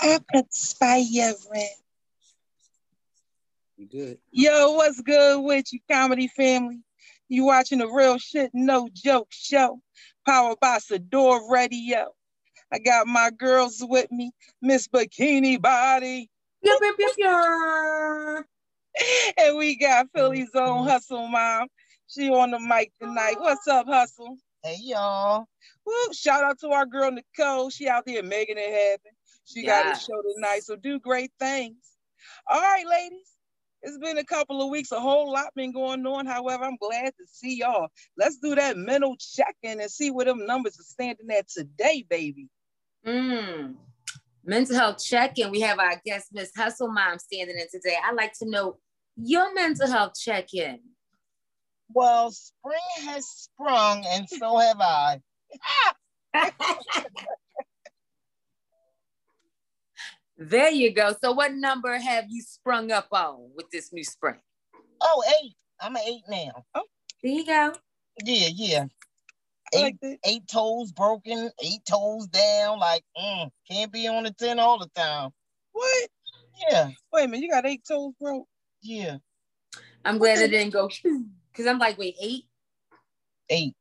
I could spy your rent. You good? Yo, what's good with you, comedy family? You watching the real shit, no joke show, powered by Sador Radio. I got my girls with me, Miss Bikini Body, Pew, pew, pew, pew. and we got Philly's Mm-hmm. own Hustle Mom. She on the mic tonight. What's up, Hustle? Hey y'all. Woo, shout out to our girl Nicole. She out there making it happen. She got a Yes. show tonight, so do great things. All right, ladies. It's been a couple of weeks. A whole lot been going on. However, I'm glad to see y'all. Let's do that mental check-in and see where them numbers are standing at today, baby. Mm. Mental health check in. We have our guest, Miss Hustle Mom, standing in today. I'd like to know your mental health check in. Well, spring has sprung and so have I. there you go. So, what number have you sprung up on with this new spring? Oh, eight. I'm an eight now. There you go. Yeah, yeah. I Eight, like that. eight toes broken, eight toes down. Like, mm, can't be on the 10 all the time. What? Yeah, Wait a minute, you got eight toes, bro. yeah. I'm glad it didn't go because I'm like, wait, eight, Eight.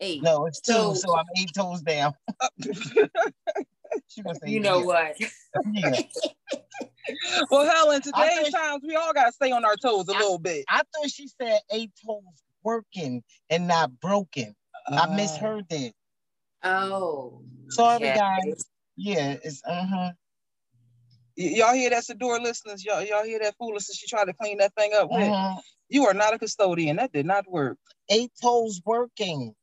eight. No, it's two. So- So, I'm eight toes down. She gonna say you know yeah, what? Yeah. well, Helen, I today's think- times we all gotta stay on our toes a I- little bit. I thought she said eight toes working and not broken. Uh. I Uh, misheard that. Oh, Sorry, yeah. guys. Yeah, it's uh-huh. Y- y'all hear that, Sador listeners? Y'all, y'll hear that foolishness? She tried to clean that thing up. with. uh-huh. You are not a custodian. That did not work. Eight toes working.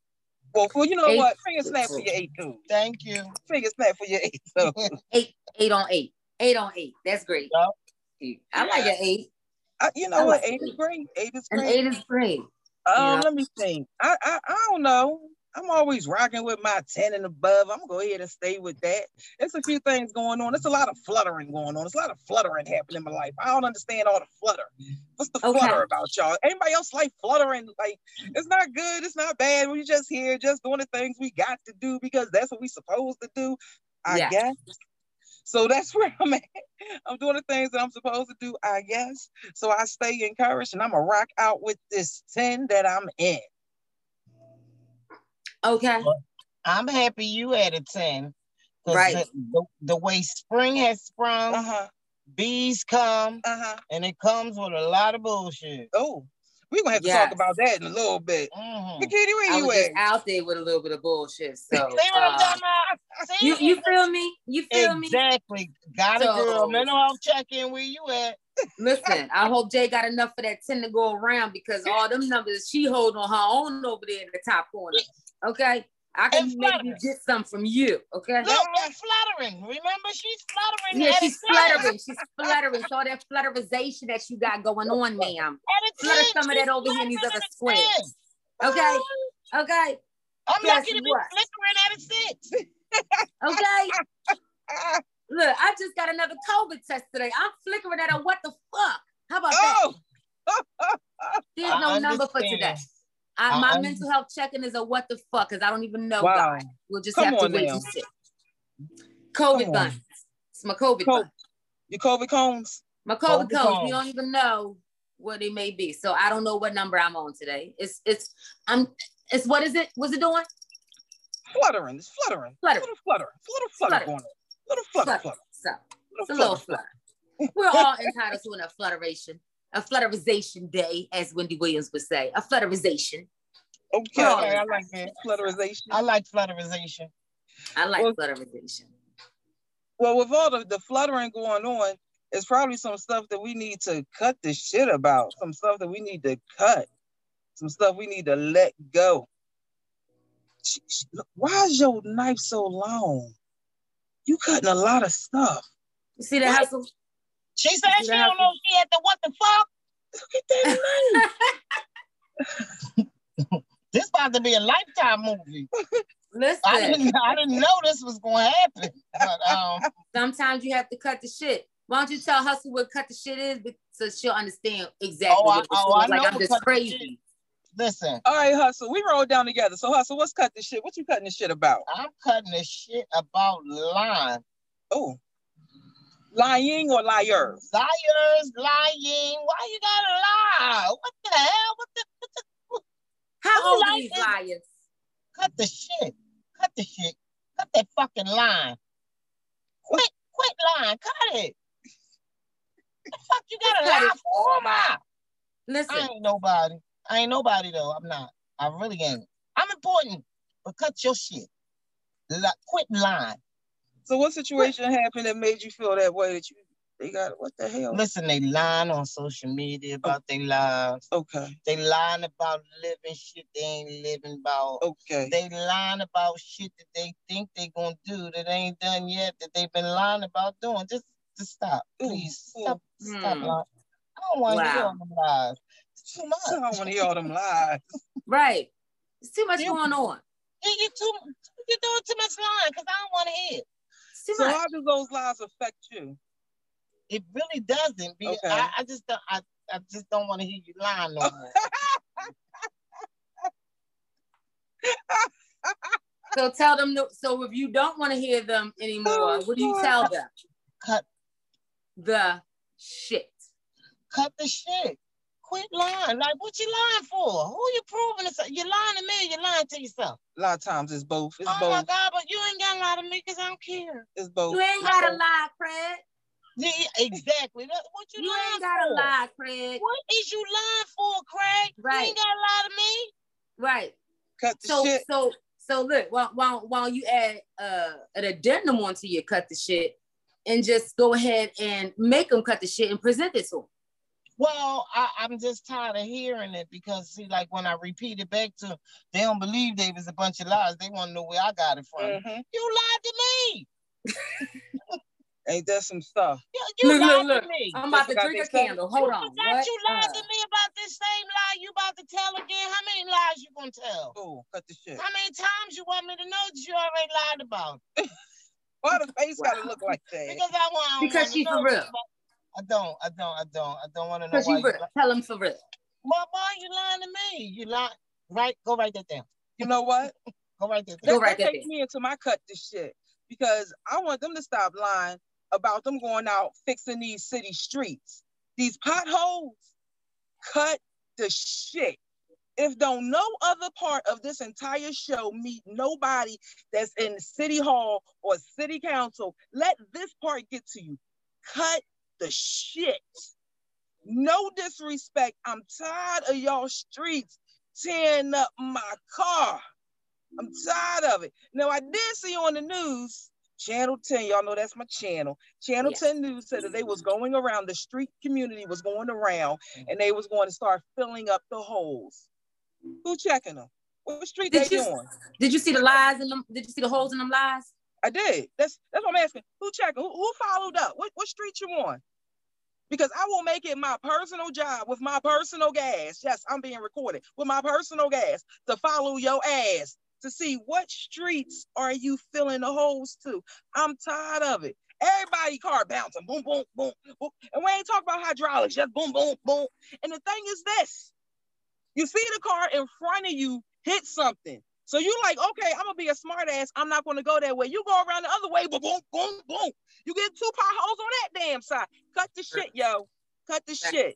Well, for you know Eight- what? Finger snap for your eight toes. Thank you. Finger snap for your eight toes. Eight, eight on eight, eight on eight. That's great. I like an eight. I, you I know what? like Eight is eight. great. Eight is An great. eight is great. Um, Yeah. let me think. I, I I don't know. I'm always rocking with my 10 and above. I'm gonna go ahead and stay with that. There's a few things going on. There's a lot of fluttering going on. There's a lot of fluttering happening in my life. I don't understand all the flutter. What's the Okay. flutter about y'all? Anybody else like fluttering? Like it's not good, it's not bad. We just here, just doing the things we got to do because that's what we supposed to do, I Yeah. guess. So that's where I'm at. I'm doing the things that I'm supposed to do, I guess. So I stay encouraged and I'm going to rock out with this 10 that I'm in. Okay. I'm happy you had a 10. 'cause Right. The, the, the way spring has sprung, Uh Uh-huh. huh. bees come, Uh huh. and it comes with a lot of bullshit. Oh, we're going to have to talk Yes. Mm. about that in a little bit. Mhm. Bikini, where I you was at? just out there with a little bit of bullshit. So See what I'm uh, talking about? See? you, you feel me? You feel me? exactly. Got a So- girl. Mental health check in. Where you at? Listen, I hope Jay got enough for that 10 to go around because all them numbers she hold on her own over there in the top corner. Okay. I can And maybe get some from you. Okay. Look, that's flattering. Remember, she's flattering. Yeah, at she's a 10. fluttering. She's fluttering. So all that flutterization that you got going on, ma'am. At a Flutter 10, some of she's that over here in these flattering other at a squares. 10. Okay. Okay. I'm Guess lucky to be what? flickering at a six. Okay. Ah, Look, I just got another COVID test today. I'm flickering at a what the fuck? How about that? oh, There's I no number for today. understand. I, I my under- mental health checking is a what the fuck, because I don't even know wow. God. We'll just Come have to on wait now. and see. COVID on. buns. It's my COVID Co- bun. You COVID cones? My COVID COVID codes. We buns. don't even know what it may be. So I don't know what number I'm on today. It's it's I'm it's what is it? What's it doing? Fluttering. It's fluttering. Flutter. Little flutter. Little flutter Flutter. going on. Little flutter, Flutter. flutter. So it's a Little little flutter. flutter. We're all entitled to an afflutteration, a flutterization day, as Wendy Williams would say. A flutterization. Okay. Okay, Flutter. I like that. Flutterization. I like flutterization. I like Well- flutterization. Well, with all the, the fluttering going on, it's probably some stuff that we need to cut the shit about. Some stuff that we need to cut. Some stuff we need to let go. Sh- sh- look, Why is your knife so long? You cutting a lot of stuff. You see the hustle? She said You she have don't know she had the what the fuck. Look at that knife. This about to be a lifetime movie. I Listen. didn't, I didn't know this was going to happen. But um, sometimes you have to cut the shit. Why don't you tell Hustle what cut the shit is be- so she'll understand exactly Oh, what it I- is. oh, I know like I'm what just cut the crazy. listen, all right, Hustle, we rolled down together. So, Hustle, what's cut the shit? What you cutting the shit about? I'm cutting the shit about line. Oh, lying or liars? Liars, lying. Why you gotta lie? What the hell? What the? What the How old Who are these likes liars? cut the shit. Cut the shit. Cut that fucking line. Quit, quit lying. Cut it. the fuck you gotta Cut lie it. for, ma? I Listen, ain't nobody. I ain't nobody though. I'm not. I really ain't. I'm important, but cut your shit. Li- quit lying. So what situation happened that made you feel that way that you they got what the hell? Listen, they lying on social media about their lives. Okay, They lying about living shit they ain't living about. okay. They lying about shit that they think they gonna do that ain't done yet that they've been lying about doing. Just, just stop, Ooh, please. ooh. Stop, stop Mm-hmm. Hmm. lying. I don't want to hear Wow. all them lies. It's too much. I don't want to hear all them lies. right? It's too much You- going on. You, you too, you're doing too much lying because I don't want to hear. it. It's too So much. how do those lies affect you? It really doesn't. Be, Okay. I, I just don't. I, I just don't want to hear you lying no more. So tell them. No, so if you don't want to hear them Oh, anymore, what do you tell them? cut, The shit. cut the shit. Quit lying. Like what you lying for? Who you proving? This? You're lying to me. You're lying to yourself. A lot of times it's both. It's oh my both. God! But you ain't gotta lie to me because I don't care. It's both. You ain't It's gotta both. lie, Craig. Yeah, exactly. That- What you, You lying ain't gotta for? lie, Craig. What is you lying for, Craig? You Right. ain't gotta lie to me. Right. Cut the So shit. so so look, while while while you add uh an addendum onto your cut the shit and just go ahead and make them cut the shit and present it to them. Well, I, I'm just tired of hearing it because see, like when I repeat it back to 'em, they don't believe they was a bunch of lies. They want to know where I got it from. Mhm. You lied to me. Ain't that some stuff? You, you Look, look, lied look. to me. I'm about They to forgot drink a they said- candle. Hold on. forgot What? you lied Uh, to me about this same lie you about to tell again. How many lies you gonna tell? Oh, cut the shit. How many times you want me to know that you already lied about? it? Why the face gotta Wow. look like that? Because I want. I don't Because wanna she for know real. about- I don't. I don't. I don't. I don't want to know Cause why you you. real. Tell them for real. Why, why you lying to me? You lying. Right. Go write that down. You know what? Go write that That, down. Go right that there. takes me into my cut the shit because I want them to stop lying about them going out fixing these city streets, these potholes. Cut the shit. If don't no other part of this entire show meet nobody that's in city hall or city council, let this part get to you. Cut the shit. No disrespect. I'm tired of y'all streets tearing up my car. I'm tired of it. Now I did see on the news, Channel 10, y'all know that's my channel. Channel Yes. 10 News said that they was going around, the street community was going around and they was going to start filling up the holes. Who checking them? What street Did they you- on? Did you see the lies in them? Did you see the holes in them lies? I did. That's that's what I'm asking. Who checking? Who, who followed up? What what street you on? Because I will make it my personal job with my personal gas. Yes, I'm being recorded with my personal gas to follow your ass to see what streets are you filling the holes to. I'm tired of it. Everybody car bouncing, boom, boom, boom, boom. And we ain't talking about hydraulics, just boom, boom, boom. And the thing is this you see the car in front of you hit something. So you like, okay, I'm gonna be a smart ass. I'm not gonna go that way. You go around the other way, boom, boom, boom, boom. You get two potholes on that damn side. Cut the shit, yo. Cut the shit.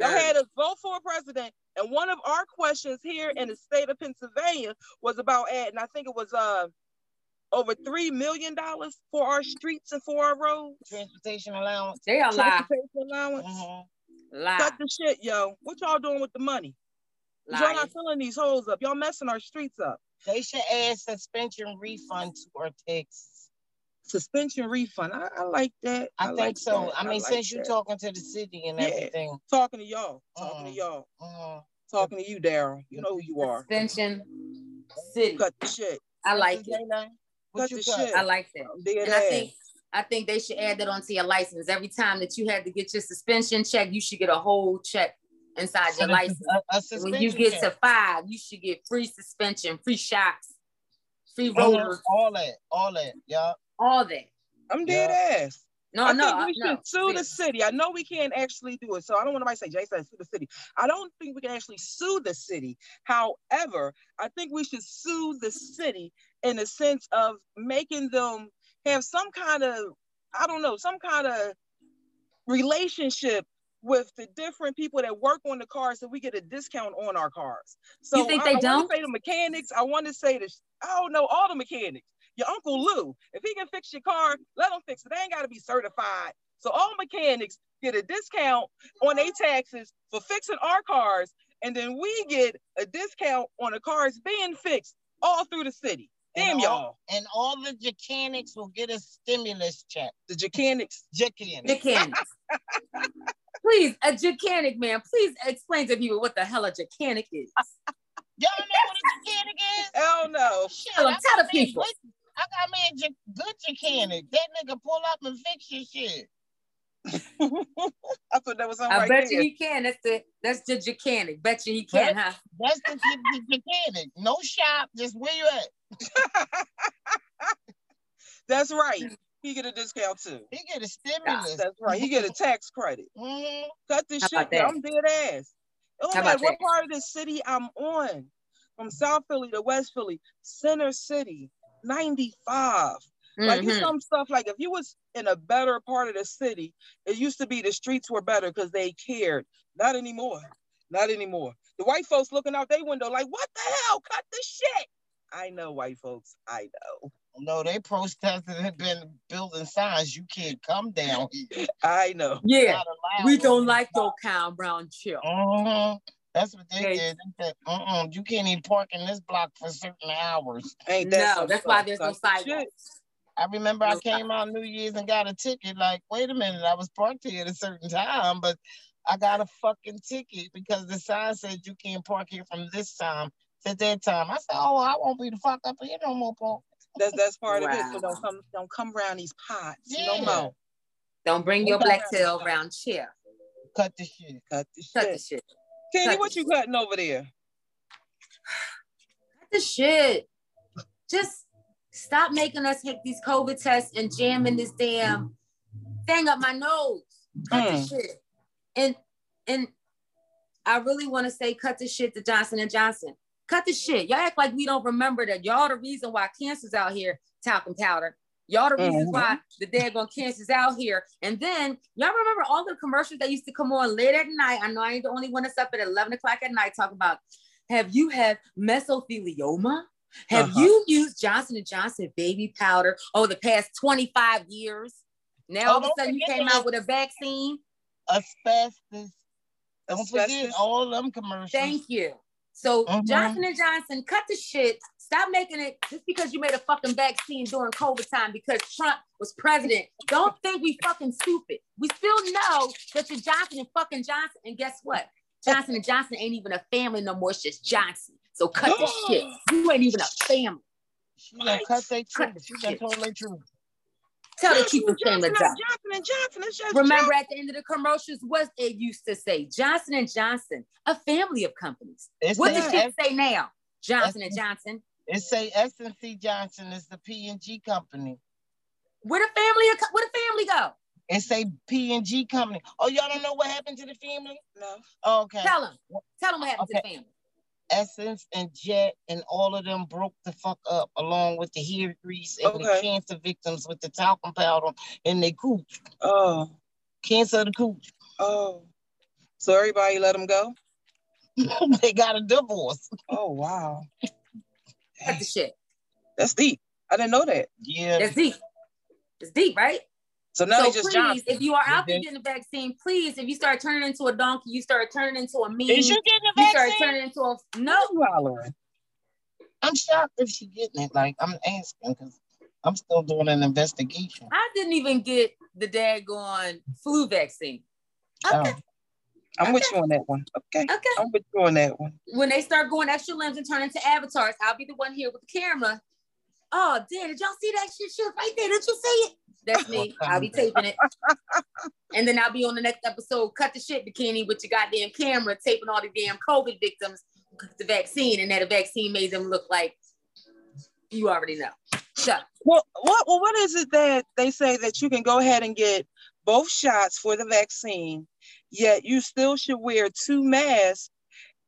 Y'all had us vote for a president, and one of our questions here in the state of Pennsylvania was about adding, I think it was uh over three million dollars for our streets and for our roads. Transportation allowance. They are lie. Transportation allowance. Mhm. Lie. Cut the shit, yo. What y'all doing with the money? Y'all Lie. not filling these holes up. Y'all messing our streets up. They should add suspension refund to our taxes. suspension refund. I, I like that. I, think like so. that. I mean, like since you're that. talking to the city and Yeah. everything. talking to y'all, talking Mm. Mhm. to y'all, mhm. talking to you, Daryl. You know who you are. Suspension. City. Cut the shit. I like Mrs. it. Layla, What Cut you the cut? shit. I like that. I'm dead And I ass. think I think they should add that onto your license. Every time that you had to get your suspension check, you should get a whole check inside your license. A, a And when you suspension get check. to five, you should get free suspension, free shocks, free Oh, Mhm. rollers, all that, all that, yeah. all that. I'm dead ass. No, I no, think I- we no. should sue the serious. city. I know we can't actually do it, so I don't want nobody to say Jay said sue the city. I don't think we can actually sue the city. However, I think we should sue the city in the sense of making them have some kind of, I don't know, some kind of relationship with the different people that work on the cars so we get a discount on our cars. So You think I- they I wanna don't? say the mechanics. I want to say the, sh- I don't know, all the mechanics. Your Uncle Lou, if he can fix your car, let him fix it. They ain't got to be certified. So all mechanics get a discount on their taxes for fixing our cars. And then we get a discount on the cars being fixed all through the city. Damn And all- y'all. And all the mechanics will get a stimulus check. The mechanics. Mechanics. Mechanics. please, a jacanic man, please explain to people what the hell a jacanic is. Y'all know what a mechanic is? Hell no. Shit, Tell I 'em, got tell the me a people. good- I got me a j- good mechanic. That nigga pull up and fix your shit. I thought that was on I right bet you there. he can. That's the that's the jacanic. Bet you he can, huh? That's the, the mechanic. No shop, just where you at. That's right. He get a discount too. He get a stimulus. That's right. He get a tax credit. Mhm. Cut this How shit. about yo, that? I'm dead ass. It don't How matter about what that? part of the city I'm on. From South Philly to West Philly, Center City, 95. Like it's Mhm. some stuff like if you was in a better part of the city, it used to be the streets were better because they cared. Not anymore. Not anymore. The white folks looking out their window like, what the hell? Cut the shit. I know white folks. I know. No, they protested and been building signs. You can't come down here. I know. Yeah, Not allowed we on don't this like your kind brown chill. Mhm. That's what they They- did. They said, Mm-mm, you can't even park in this block for certain hours. Ain't that No, some that's why stuff? there's no Cut the shit. sidewalks. I remember I No. came out New Year's and got a ticket. Like, wait a minute, I was parked here at a certain time, but I got a fucking ticket because the sign said you can't park here from this time to that time. I said, oh, I won't be the fuck up here no more, Paul. That's that's part of it. So Wow. don't come don't come around these pots. No Yeah. more. Don't bring We your don't black have tail that. brown chill. Cut the shit. Cut the shit. Cut the shit. Kenny, cut what the you cutting over there? Cut the shit. Just stop making us take these COVID tests and jamming this damn thing up my nose. Cut the Mm. shit. And and I really want to say cut the shit to Johnson and Johnson. Cut the shit. Y'all act like we don't remember that y'all the reason why cancer's out here talcum powder. Y'all the reasons Mhm. why the daggone cancer's out here. And then y'all remember all the commercials that used to come on late at night. I know I ain't the only one that's up at 11 o'clock at night talking about have you had mesothelioma? Have Uh-huh. you used Johnson and Johnson baby powder over the past 25 years? Now Oh, all of a don't sudden you forget came the- out with a vaccine. Asbestos. Don't forget Asbestos. oh, all them commercials. Thank you. So Mhm. Johnson and Johnson, cut the shit. Stop making it just because you made a fucking vaccine during COVID time because Trump was president. Don't think we fucking stupid. We still know that you're Johnson and fucking Johnson. And guess what? Johnson and Johnson ain't even a family no more. It's just Johnson. So cut the shit. You ain't even a family. She done cut their Cut truth. the She done shit. told their truth. Tell the Johnson people shame and of Johnson, and Johnson. It's just Remember at the end of the commercials, what it used to say, Johnson and Johnson, a family of companies. It What say, does S- shit say now? Johnson and Johnson. it say S&C Johnson is the P&G company. Where the family? Where the family go? It say P&G company. Oh, y'all don't know what happened to the family? No. Okay. Tell them. Tell them what happened to the family. Essence and Jet and all of them broke the fuck up along with the hair grease and the Okay. cancer victims with the talcum powder and they cooch. Oh, Cancer of the cooch. oh. So everybody let him go? they got a divorce. Oh wow. Cut the shit. That's deep. I didn't know that. Yeah. That's deep. It's deep, right? So now they so just please, Johnson. if you are out there Mhm. getting a vaccine, please, if you start turning into a donkey, you start turning into a meme. Is you You getting a start vaccine? turning into a no. You hollering. I'm shocked if she getting it. Like I'm asking because I'm still doing an investigation. I didn't even get the daggone flu vaccine. Okay, I'm with you on that one. Okay. okay. I'm with you on that one. when they start going extra limbs and turn into avatars, I'll be the one here with the camera. Oh, damn, did y'all see that shit, shit right there? Did you see it? That's me. I'll be taping it. And then I'll be on the next episode, cut the shit bikini with your goddamn camera, taping all the damn COVID victims with the vaccine, and that a vaccine made them look like you already know. So Well, what well, what is it that they say that you can go ahead and get both shots for the vaccine, yet you still should wear two masks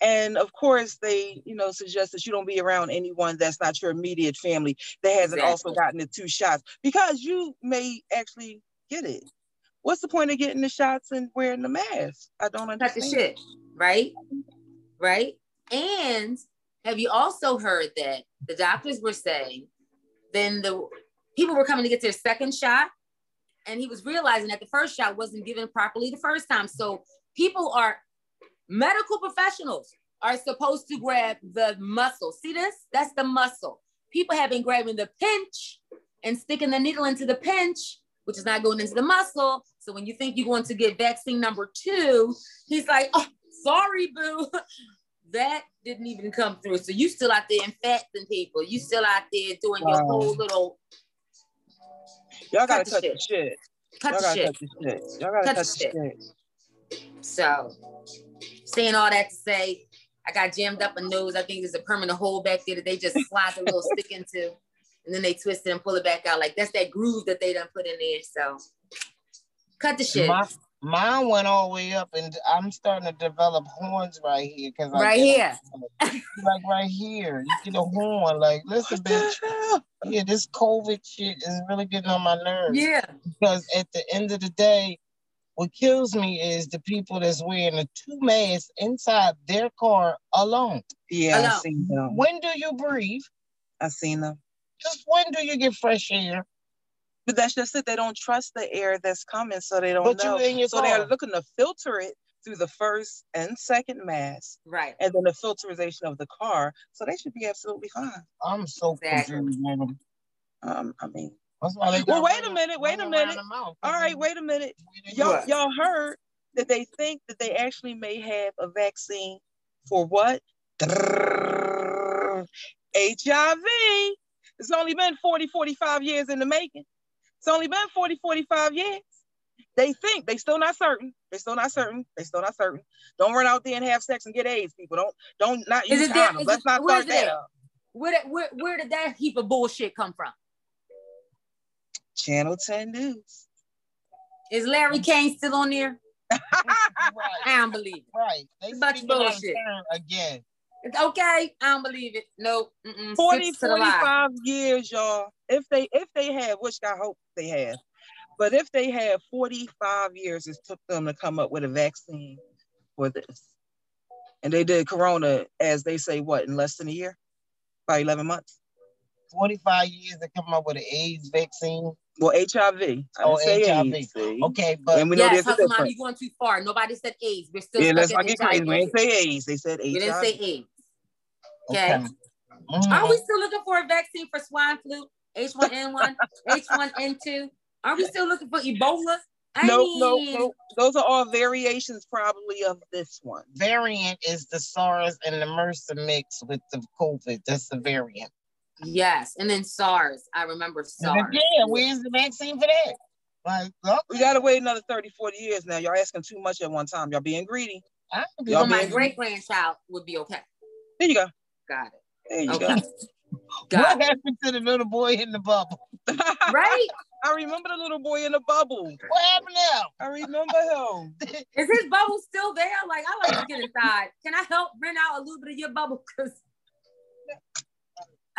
And of course, they, you know, suggest that you don't be around anyone that's not your immediate family that hasn't Exactly. also gotten the two shots because you may actually get it. What's the point of getting the shots and wearing the mask? I don't cut the understand. shit, right? Right? And have you also heard that the doctors were saying then the people were coming to get their second shot and he was realizing that the first shot wasn't given properly the first time. So people are medical professionals are supposed to grab the muscle. See this? That's the muscle. People have been grabbing the pinch and sticking the needle into the pinch, which is not going into the muscle. So when you think you're going to get vaccine number two, he's like, oh, sorry, boo. That didn't even come through. So you still out there infecting people. You still out there doing your Wow. whole little Y'all gotta Cut the cut the shit. cut Y'all the gotta shit. cut the shit. Y'all gotta cut Cut the the shit. shit. So, saying all that to say, I got jammed up a nose. I think there's a permanent hole back there that they just slide the little stick into, and then they twist it and pull it back out. Like that's that groove that they done put in there. So, cut the shit My, mine went all the way up, and I'm starting to develop horns right here because right here. like right here, you get a horn. Like, listen, What bitch, the hell? yeah, this COVID shit is really getting on my nerves. Yeah, because at the end of the day, what kills me is the people that's wearing the two masks inside their car alone. Yeah, I Hello. seen them. When do you breathe? I seen them. Just when do you get fresh air? But that's just it. They don't trust the air that's coming, so they don't But know. you in your so car. they're looking to filter it through the first and second mask, right. and then the filterization of the car. So they should be absolutely fine. I'm so Exactly. confused with them. Um, I mean, That's why they Well, got wait rid a of- minute, wait a run around minute. the mouth. all right, wait a minute. We didn't Y'all, do it. y'all heard that they think that they actually may have a vaccine for what? HIV. It's only been 40, 45 years in the making. It's only been 40, 45 years. They think they still not certain. They still not certain. They still not certain. Don't run out there and have sex and get AIDS, people. Don't don't not Is use it there- condoms. is Let's it- not where start is it that at? up. Where, did- where where did that heap of bullshit come from? Channel 10 News. Is Larry Kane still on there? Right, I don't believe right. They Bunch of speaking out of bullshit. turn again. it. Okay, I don't believe it. Nope. Mm-mm. 40, Sticks to the lie. 45 years, y'all. If they if they have, which I hope they have, but if they have 45 years, it took them to come up with a vaccine for this. And they did corona, as they say, what, in less than a year? About 11 months. 45 years to come up with an AIDS vaccine. Well, HIV. I didn't Oh, say HIV. AIDS, see? Okay, but And we know yes, there's a Hustle Mom, difference. you're going too far. Nobody said AIDS. We're still Yeah, stuck let's at not get crazy. HIV. We ain't say AIDS. They said We didn't HIV. say AIDS. Okay. okay. Mhm. Are we still looking for a vaccine for swine flu, H1N1, H1N2? Are we still looking for Ebola? I no, no, mean, no. Those are all variations probably of this one. variant is the SARS and the MRSA mix with the COVID. That's the variant. Yes, and then SARS. I remember And SARS. yeah, where's the vaccine for that? Like, look, We gotta wait another 30, 40 years now. Y'all asking too much at one time. Y'all being greedy. I don't give Y'all Well, a been- my damn. great grandchild would be okay. There you go. Got it. There you Okay. Got What it. happened to the little boy in the bubble? go. Right? I remember the little boy in the bubble. What happened to I remember him. him? Is his bubble still there? Like, I like to get inside. Can I help rent out a little bit of your bubble? Because I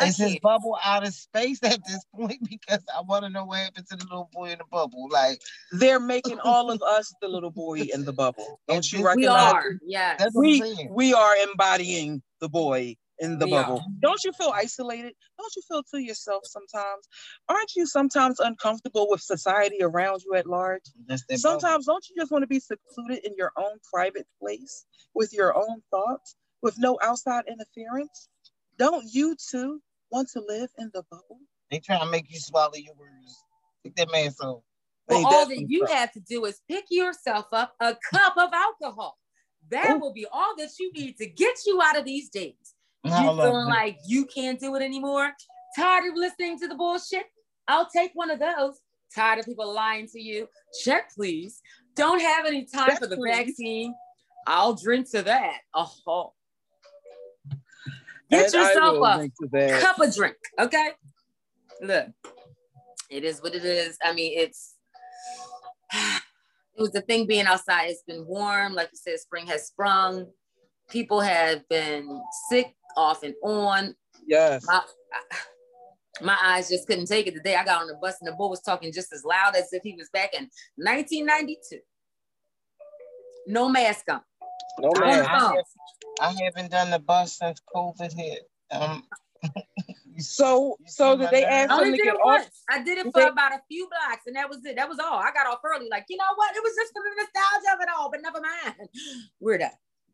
Is his can't. bubble out of space at this point? Because I want to know what happened to the little boy in the bubble. Like, They're making all of us the little boy in the bubble. Don't you We We recognize? are. Yes. that's what I'm We saying. we are embodying the boy in the We bubble. are. Don't you feel isolated? Don't you feel to yourself sometimes? Aren't you sometimes uncomfortable with society around you at large? That's that bubble. Sometimes don't you just want to be secluded in your own private place with your own thoughts, with no outside interference? Don't you too want to live in the bubble? They trying to make you swallow your words. Take that man so. Well, Hey, all that's that what's you up. have to do is pick yourself up a cup of alcohol. That Ooh. will be all that you need to get you out of these days. You I love feeling it. like you can't do it anymore? Tired of listening to the bullshit? I'll take one of those. Tired of people lying to you? Check, please. Don't have any time Check, for the please. vaccine. I'll drink to that. Oh, And get I yourself will a link to that. cup of drink. Okay. Look, it is what it is. I mean, it's it was the thing being outside. It's been warm, like you said, spring has sprung. people have been sick off and on. Yes. My, my eyes just couldn't take it. The day I got on the bus and the boy was talking just as loud as if he was back in 1992. No mask on. No I man. man. don't know. I haven't done the bus since COVID hit. Um, So You so see did my they nerve? ask I him only to did get it off? once. I did it You for think- about a few blocks, and that was it. That was all. I got off early. Like, you know what? It was just for the nostalgia of it all, but never mind. We're done.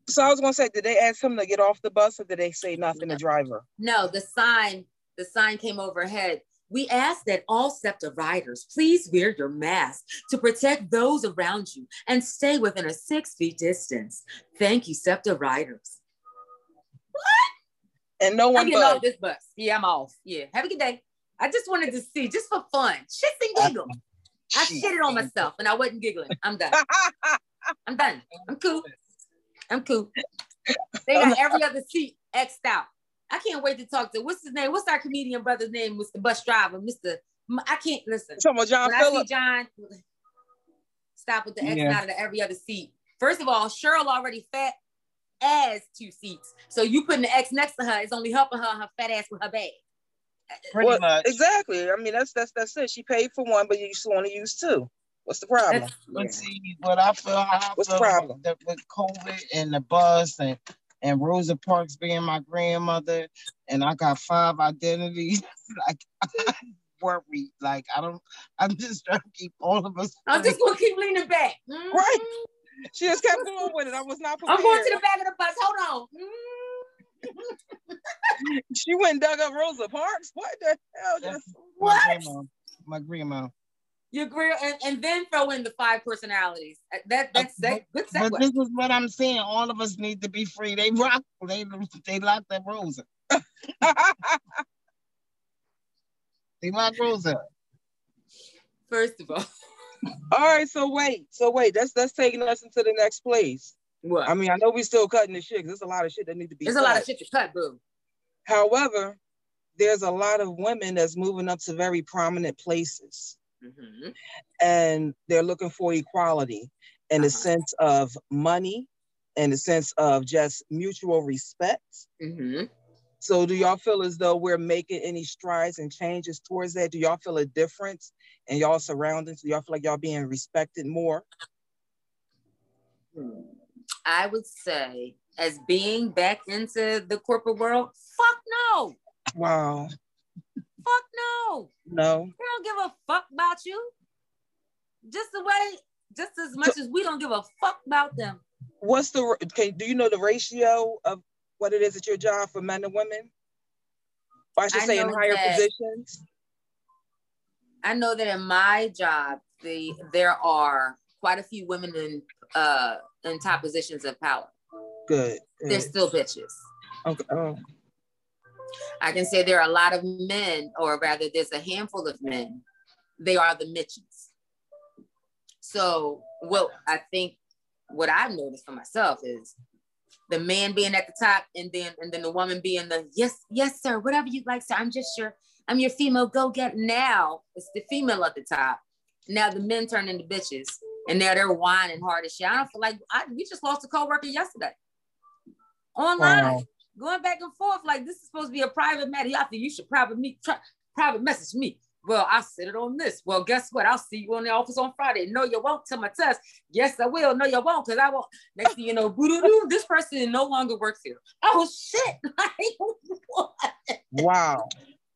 So I was gonna say, did they ask him to get off the bus or did they say nothing to driver? No, the sign, the sign came overhead. We ask that all SEPTA riders please wear your mask to protect those around you and stay within a six feet distance. Thank you, SEPTA riders. And no I'm one getting off but this bus. Yeah, I'm off. Yeah. Have a good day. I just wanted to see, just for fun, shits and giggles. I shitted on myself and I wasn't giggling. I'm done. I'm done. I'm cool. I'm cool. They got every other seat X'd out. I can't wait to talk to what's his name? What's our comedian brother's name? Mr. Bus Driver, Mr. M- I can't listen. talking about John When I see Phillips. John, stop with the X Yeah. out of the every other seat. First of all, Cheryl already fat as two seats. So you putting the X next to her is only helping her her fat ass with her bag. pretty Well, much. Exactly. I mean, that's that's that's it. She paid for one, but you still want to use two. What's the problem? That's- But see, what I feel, how I What's the feel problem? with, the, with COVID and the bus and and Rosa Parks being my grandmother, and I got five identities. like, I'm worried. Like, I don't. I'm just trying to keep all of us. I'm just gonna keep leaning back. Mm, Right. She just kept going with it. I was not prepared. I'm going to the back of the bus. Hold on. Mm. she went and dug up Rosa Parks. What the hell? That's Just- What? My grandma. My grandma. Your grill, and, and then throw in the five personalities. Uh, That that's that good But segue. this is what I'm saying. All of us need to be free. They rock. They they locked that Rosa. They locked Rosa. First of all, All right. So wait. So wait. That's that's taking us into the next place. what? I mean, I know we still cutting the shit 'cause there's a lot of shit that need to be. There's a lot of cut. shit to cut, boo. However, there's a lot of women that's moving up to very prominent places, Mhm. and they're looking for equality in the Uh-huh. sense of money, and the sense of just mutual respect. Mhm. So do y'all feel as though we're making any strides and changes towards that? Do y'all feel a difference in y'all surroundings? Do y'all feel like y'all being respected more? hmm I would say, as being back into the corporate world, fuck no, Wow. fuck no. No. We don't give a fuck about you. Just the way, just as much as we don't give a fuck about them. What's the okay, do you know the ratio of what it is at your job for men and women? Or I should I say in know higher that- positions. I know that in my job, the there are quite a few women in uh in top positions of power. Good. good. They're still bitches. Okay. Oh, I can say there are a lot of men, or rather, there's a handful of men. They are the Mitches. So, well, I think what I've noticed for myself is the man being at the top, and then and then the woman being the yes, yes, sir, whatever you like, sir. I'm just your, I'm your female go get. Now it's the female at the top. Now the men turn into bitches, and now they're whining hard as shit. I don't feel like I, we just lost a coworker yesterday online wow. going back and forth like this is supposed to be a private matter. Y'all think you should private me, try, private message me. Well, I said it on this. Well, guess what? I'll see you in the office on Friday. No, you won't till my test. Yes, I will. No, you won't, because I won't. Next thing you know, boo-doo-doo, this person no longer works here. Oh shit. Like what? Wow.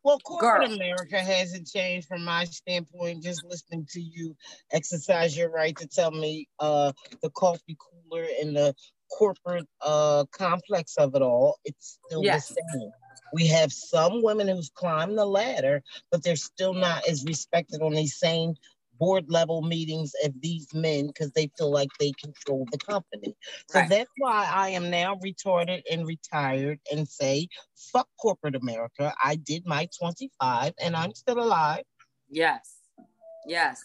Well, corporate Girl. America hasn't changed from my standpoint. Just listening to you exercise your right to tell me uh, the coffee cooler and the corporate uh, complex of it all, it's still Yes. the same. We have some women who's climbed the ladder, but they're still not as respected on these same board level meetings as these men because they feel like they control the company. So Right. that's why I am now retarded and retired and say, fuck corporate America. I did my 25 and I'm still alive. Yes. Yes.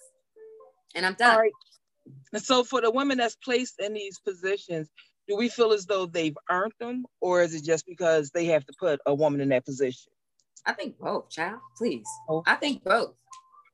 And I'm done. All right. And so for the women that's placed in these positions, do we feel as though they've earned them, or is it just because they have to put a woman in that position? I think both, child. Please. Oh. I think both.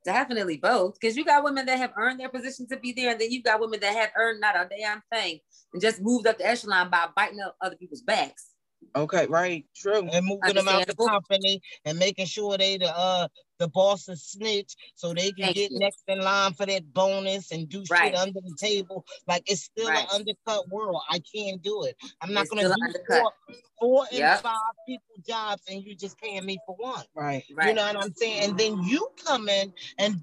Definitely both, because you got women that have earned their position to be there, and then you got women that have earned not a damn thing and just moved up the echelon by biting up other people's backs. Okay, right, true. and moving them out the Understandable. company and making sure they the uh the boss's snitch so they can Thank get you. next in line for that bonus and do Right. shit under the table. Like it's still Right. an undercut world. I can't do it. I'm not It's gonna still do an undercut. four, four and Yep. five people jobs and you just paying me for one. Right. Right. You know what I'm saying? And then you come in and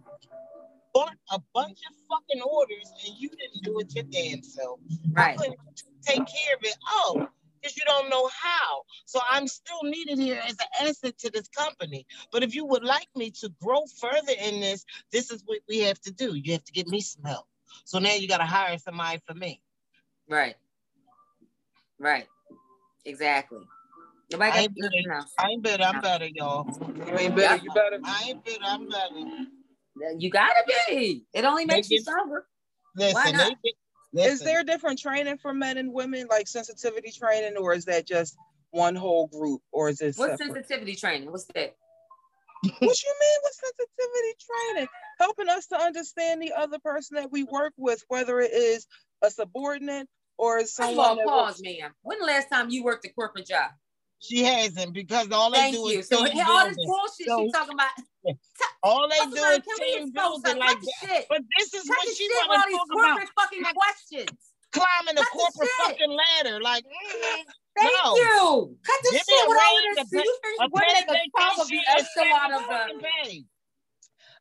bought a bunch of fucking orders and you didn't do it your damn self. I right. couldn't take care of it. Oh, because you don't know how. So I'm still needed here as an asset to this company. But if you would like me to grow further in this, this is what we have to do. You have to get me some help. So now you got to hire somebody for me. Right. Right. Exactly. Nobody I got agree. nothing else. I ain't better. I'm better, y'all. You ain't better. You better. I ain't better. I'm better. You gotta be. It only makes you give- stronger. Why Listen, not? they get- Is listen, there different training for men and women, like sensitivity training, or is that just one whole group, or is it What's separate? sensitivity training? What's that? what you mean with sensitivity training? Helping us to understand the other person that we work with, whether it is a subordinate or is First of someone. all, that pause, ma'am. When the last time you worked a corporate job? she hasn't because all they Thank do you. is So team all this building. bullshit So- she's talking about. All they do Can is we team expose building some like like that. shit? But this is Cut what the she shit with want all to these talk about. corporate fucking questions. climbing the Cut the corporate shit. fucking ladder. Like, Thank No. you. Cut the Give shit me a with all raise, of this. a Do you think a women at the top of the presentation is echelon of fucking the? pay.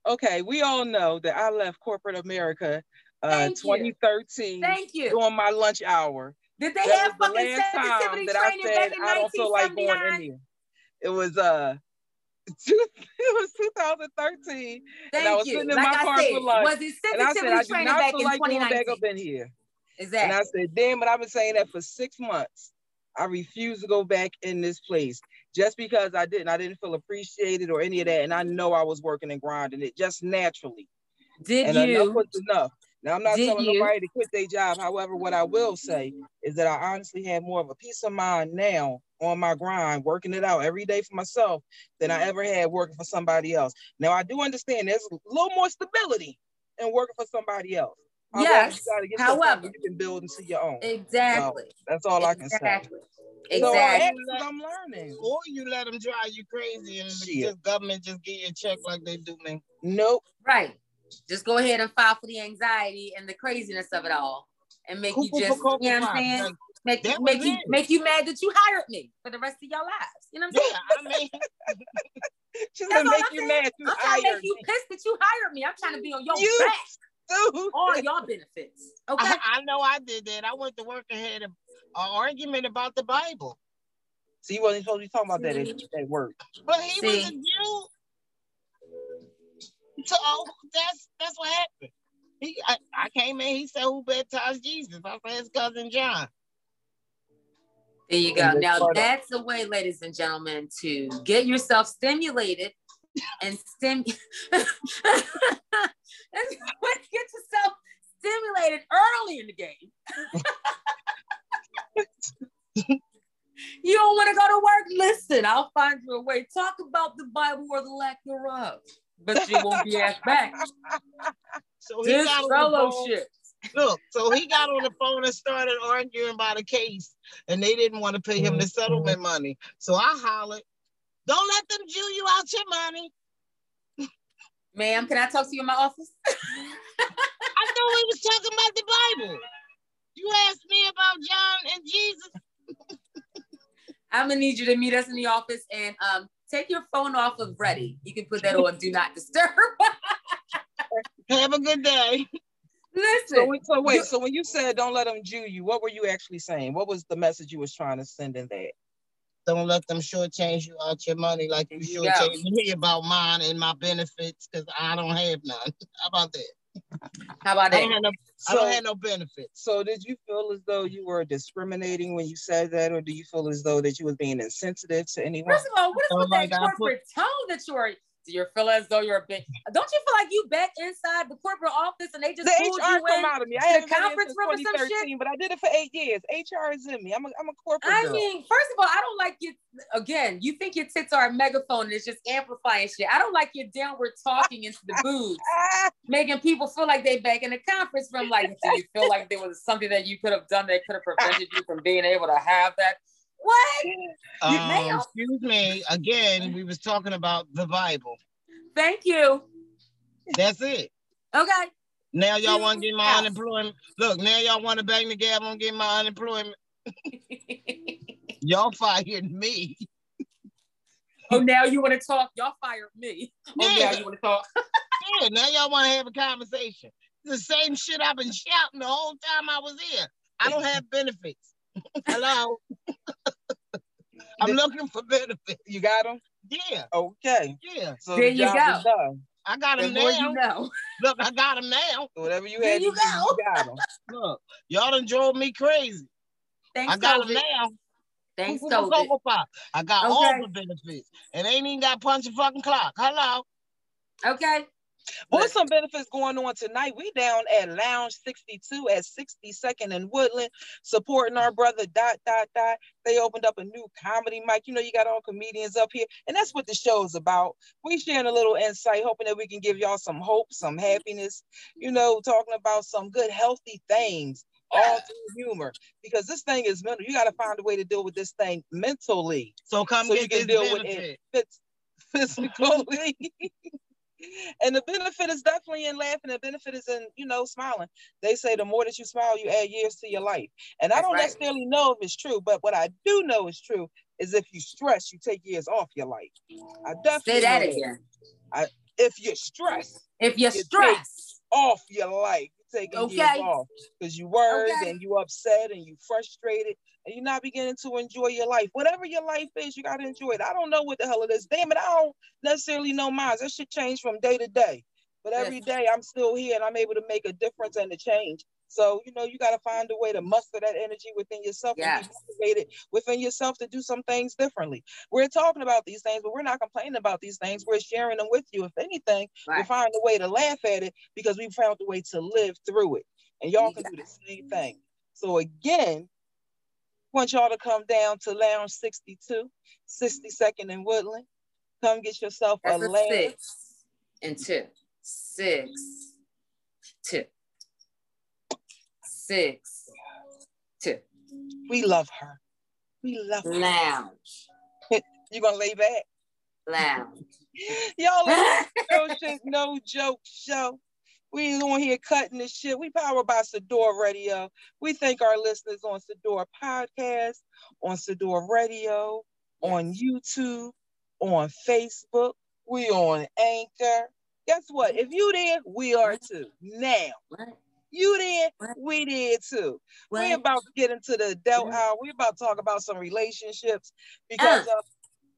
okay, we all know that I left corporate America uh, Thank you. 2013 Thank you. during my lunch hour. Did they That have was the fucking last time sensitivity that I training said, back in I don't feel like going 1979? in here. It was uh, two, it was 2013, and I was Thank you. sitting in Like my car I for said, lunch, was it and I said I sensitivity do training not back feel in like going back 2019? up in here. And I Exactly. said, damn, but I've been saying that for six months. I refuse to go back in this place just because I didn't. I didn't feel appreciated or any of that. And I know I was working and grinding it just naturally. Did And enough you? was enough. Now I'm not Did telling you- nobody to quit their job. However, what I will say is that I honestly have more of a peace of mind now on my grind, working it out every day for myself than I ever had working for somebody else. Now I do understand there's a little more stability in working for somebody else. However, Yes. you gotta get yourself something However. you can build into your own. Exactly. That's all I can say. Exactly. So Exactly. I asked, I'm learning. Or you let them drive you crazy and the Shit. just government just get your check like they do me. Nope. Right. Just go ahead and file for the anxiety and the craziness of it all and make you Cuckoo just, for Cocoa you know what I'm Pop. saying? Like, Make, that make was you it. make you mad that you hired me for the rest of your lives. You know what I'm yeah, saying? I mean, She's That's gonna all make I'm you saying. mad. You I'm trying to hired make you pissed that you hired me. I'm trying to be on your You- back, too. all your benefits. Okay. I, I know I did that. I went to work and had a, an argument about the Bible, So you wasn't supposed to be talking about that at, at work. but he was a See. Jew. So that's that's what happened. He, I, I came in. He said, "Who baptized Jesus?" I said, "His cousin John." There you go. And it's Now part of- that's the way, ladies and gentlemen, to get yourself stimulated and stim. that's the way to get yourself stimulated early in the game. you don't want to go to work. Listen, I'll find you a way. Talk about the Bible or the lack thereof, but you won't be asked back. So he This got on the phone. fellowship. Look, so he got on the phone and started arguing about a case, and they didn't want to pay him the settlement money. So I hollered, "Don't let them Jew you out your money." Ma'am, can I talk to you in my office? I thought we was talking about the Bible. You asked me about John and Jesus. I'm gonna need you to meet us in the office and um, take your phone off of ready. You can put that on do not disturb. Have a good day. So, Listen, we- so wait, so when you said don't let them Jew you, what were you actually saying? What was the message you was trying to send in that? Don't let them shortchange you out your money like you There you go. shortchanged me about mine and my benefits because I don't have none. How about that? how about I don't that? have no, I So- don't have no benefits. So did you feel as though you were discriminating when you said that, or do you feel as though that you was being insensitive to anyone? First of all, what is Oh with my that God, put- corporate tone that you're Do you feel as though you're a big? Don't you feel like you back inside the corporate office and they just the pulled HR you in? come out of me. I haven't been in conference since room or some shit? 2013, but I did it for eight years. HR is in me. I'm a, I'm a corporate I girl. mean, first of all, I don't like you. Again, you think your tits are a megaphone and it's just amplifying shit. I don't like your downward talking into the booth, Ah, making people feel like they back in the conference room. Like, do you feel like there was something that you could have done that could have prevented you from being able to have that? What? You- Um, ma'am. excuse me. Again, we was talking about the Bible. Thank you. That's it. Okay. Now y'all want to Jesus get my Christ. unemployment. Look, now y'all want to bang the gab on getting my unemployment. Y'all fired me. oh, now you want to talk? Y'all fired me. Oh, now Yeah. you want to talk? Yeah, now y'all want to have a conversation. The same shit I've been shouting the whole time I was here. I don't have benefits. Hello. I'm looking for benefits. you got him? Yeah, Okay. yeah. So There the you job is done. I got The them more now. you know. Look, I got them now. Whatever you There had you to do, you got him. Look, y'all done drove me crazy. Thanks, I got COVID. them now. Thanks, Woo, woo, woo, COVID. woo, woo. I got all Okay. the benefits. And ain't even got punch a fucking clock. Hello. Okay. What's some benefits going on tonight? We down at Lounge 62 at 62nd and Woodland, supporting our brother dot dot dot. They opened up a new comedy mic. You know, you got all comedians up here, and that's what the show's about. We sharing a little insight, hoping that we can give y'all some hope, some happiness. You know, talking about some good healthy things, all through humor, because this thing is mental. You got to find a way to deal with this thing mentally So come So you can get this deal with it. benefit. benefits physically. and the benefit is definitely in laughing. The benefit is in, you know, smiling. They say the more that you smile, you add years to your life. And I That's don't right. necessarily know if it's true, but what I do know is true is if you stress, you take years off your life. I definitely Say that know again. If you stress If you're takes- stressed, off your life, you taking years Okay. off because you worried Okay. and you upset and you frustrated and you're not beginning to enjoy your life. Whatever your life is, you gotta enjoy it. I don't know what the hell it is. Damn it, I don't necessarily know mine. That should change from day to day. But Yes. every day I'm still here and I'm able to make a difference and a change. So, you know, you gotta find a way to muster that energy within yourself and Yes. be motivated within yourself to do some things differently. We're talking about these things, but we're not complaining about these things. We're sharing them with you. If anything, we right. find a way to laugh at it because we found a way to live through it. And y'all can do the same thing. So again, want y'all to come down to Lounge 62, 62nd and Woodland. Come get yourself a That's a lounge. six and two. Six, two. Six, two. We love her. We love her. Lounge. You gonna lay back? Lounge. Y'all are no shit, no joke show. We on here cutting the shit. We powered by Sador Radio. We thank our listeners on Sador Podcast, on Sador Radio, on YouTube, on Facebook. We on Anchor. Guess what? If you there, we are too. Now, What? you there, What? we there too. We What? about to get into the adult Mhm. hour. We about to talk about some relationships because uh,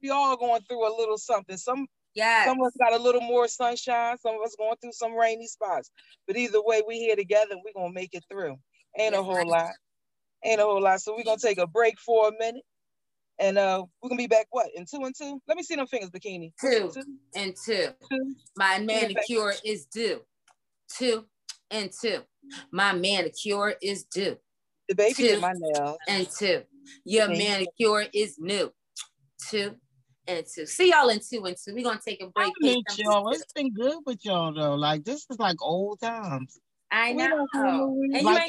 we all going through a little something. Some Yes. some of us got a little more sunshine. Some of us going through some rainy spots. But either way, we here together and we're gonna make it through. Ain't a Yes, whole ma'am. lot. Ain't a whole lot. So we're gonna take a break for a minute. And uh we're gonna be back what in two and two? Let me see them fingers, bikini. Two and two. Two. My manicure is due. Two and two. My manicure is due. The baby Two. did my nails. and two. Your Thank you. manicure is new. Two and two. See y'all in two and two. We're gonna take a I break. meet y'all. It's been good with y'all though. Like this is like old times. I We know. don't know. And you Like- ain't